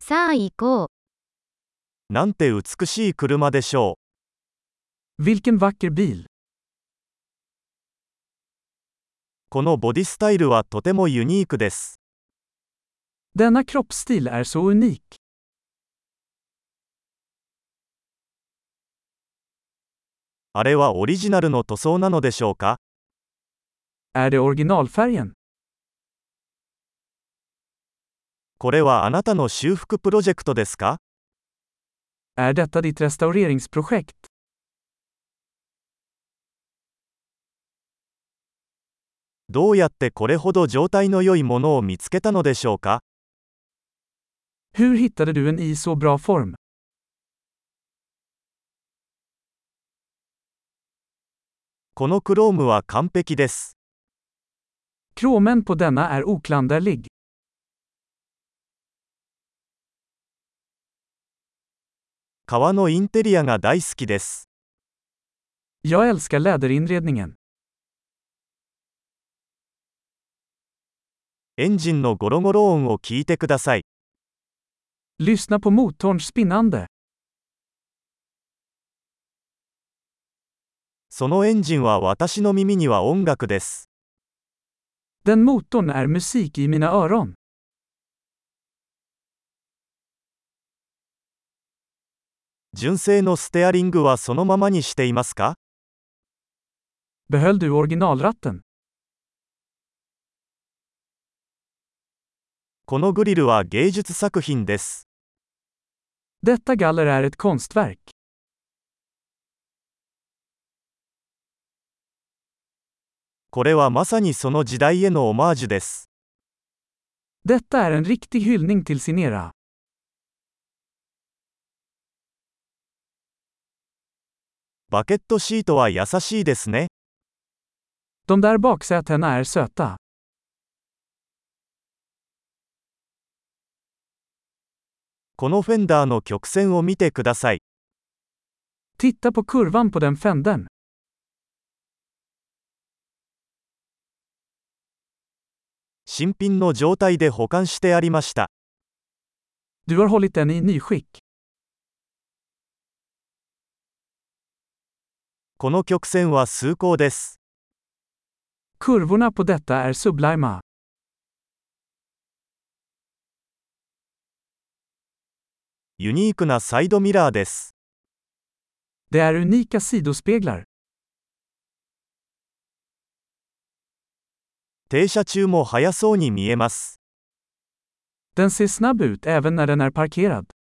さあ行こう。なんて美しい車でしょ Vilken vacker bil! う。このボディスタイルはとてもユニークです。 Denna kroppsstil är så unik. あれはオリジナルの塗装なのでしょうか Är det originalfärgen? これはあなたの修復プロジェクトですか Är detta ditt restaureringsprojekt? どうやってこれほど状態の良いものを見つけたのでしょうか Hur hittade du en i så bra form? このクロームは完璧です。 Kromen på denna är oklanderlig. 革のインテリアが大好きです。 Jag älskar läderinredningen. エンジンのゴロゴロ音を聞いてください。 Lyssna på motorns spinnande. そのエンジンは私の耳には音楽です。 Den motorn är musik i mina öron. 純正のステアリングはそのままにしていますか Behöll du originalratten? このグリルは芸術作品です。 Detta galler är ett konstverk. これはまさにその時代へのオマージュです。 Detta är en riktig hyllning till sin era. バケットシートは優しいですね。 De där baksätena är söta. このフェンダーの曲線を見てください。 Titta på kurvan på den fänden. 新品の状態で保管してありました。 Du har hållit den i nyskick. この曲線は崇高です。 Kurvorna på detta är sublima. ユニークなサイドミラーです。 Det är unika sidospeglar. 停車中も速そうに見えます。 Den ser snabb ut även när den är parkerad.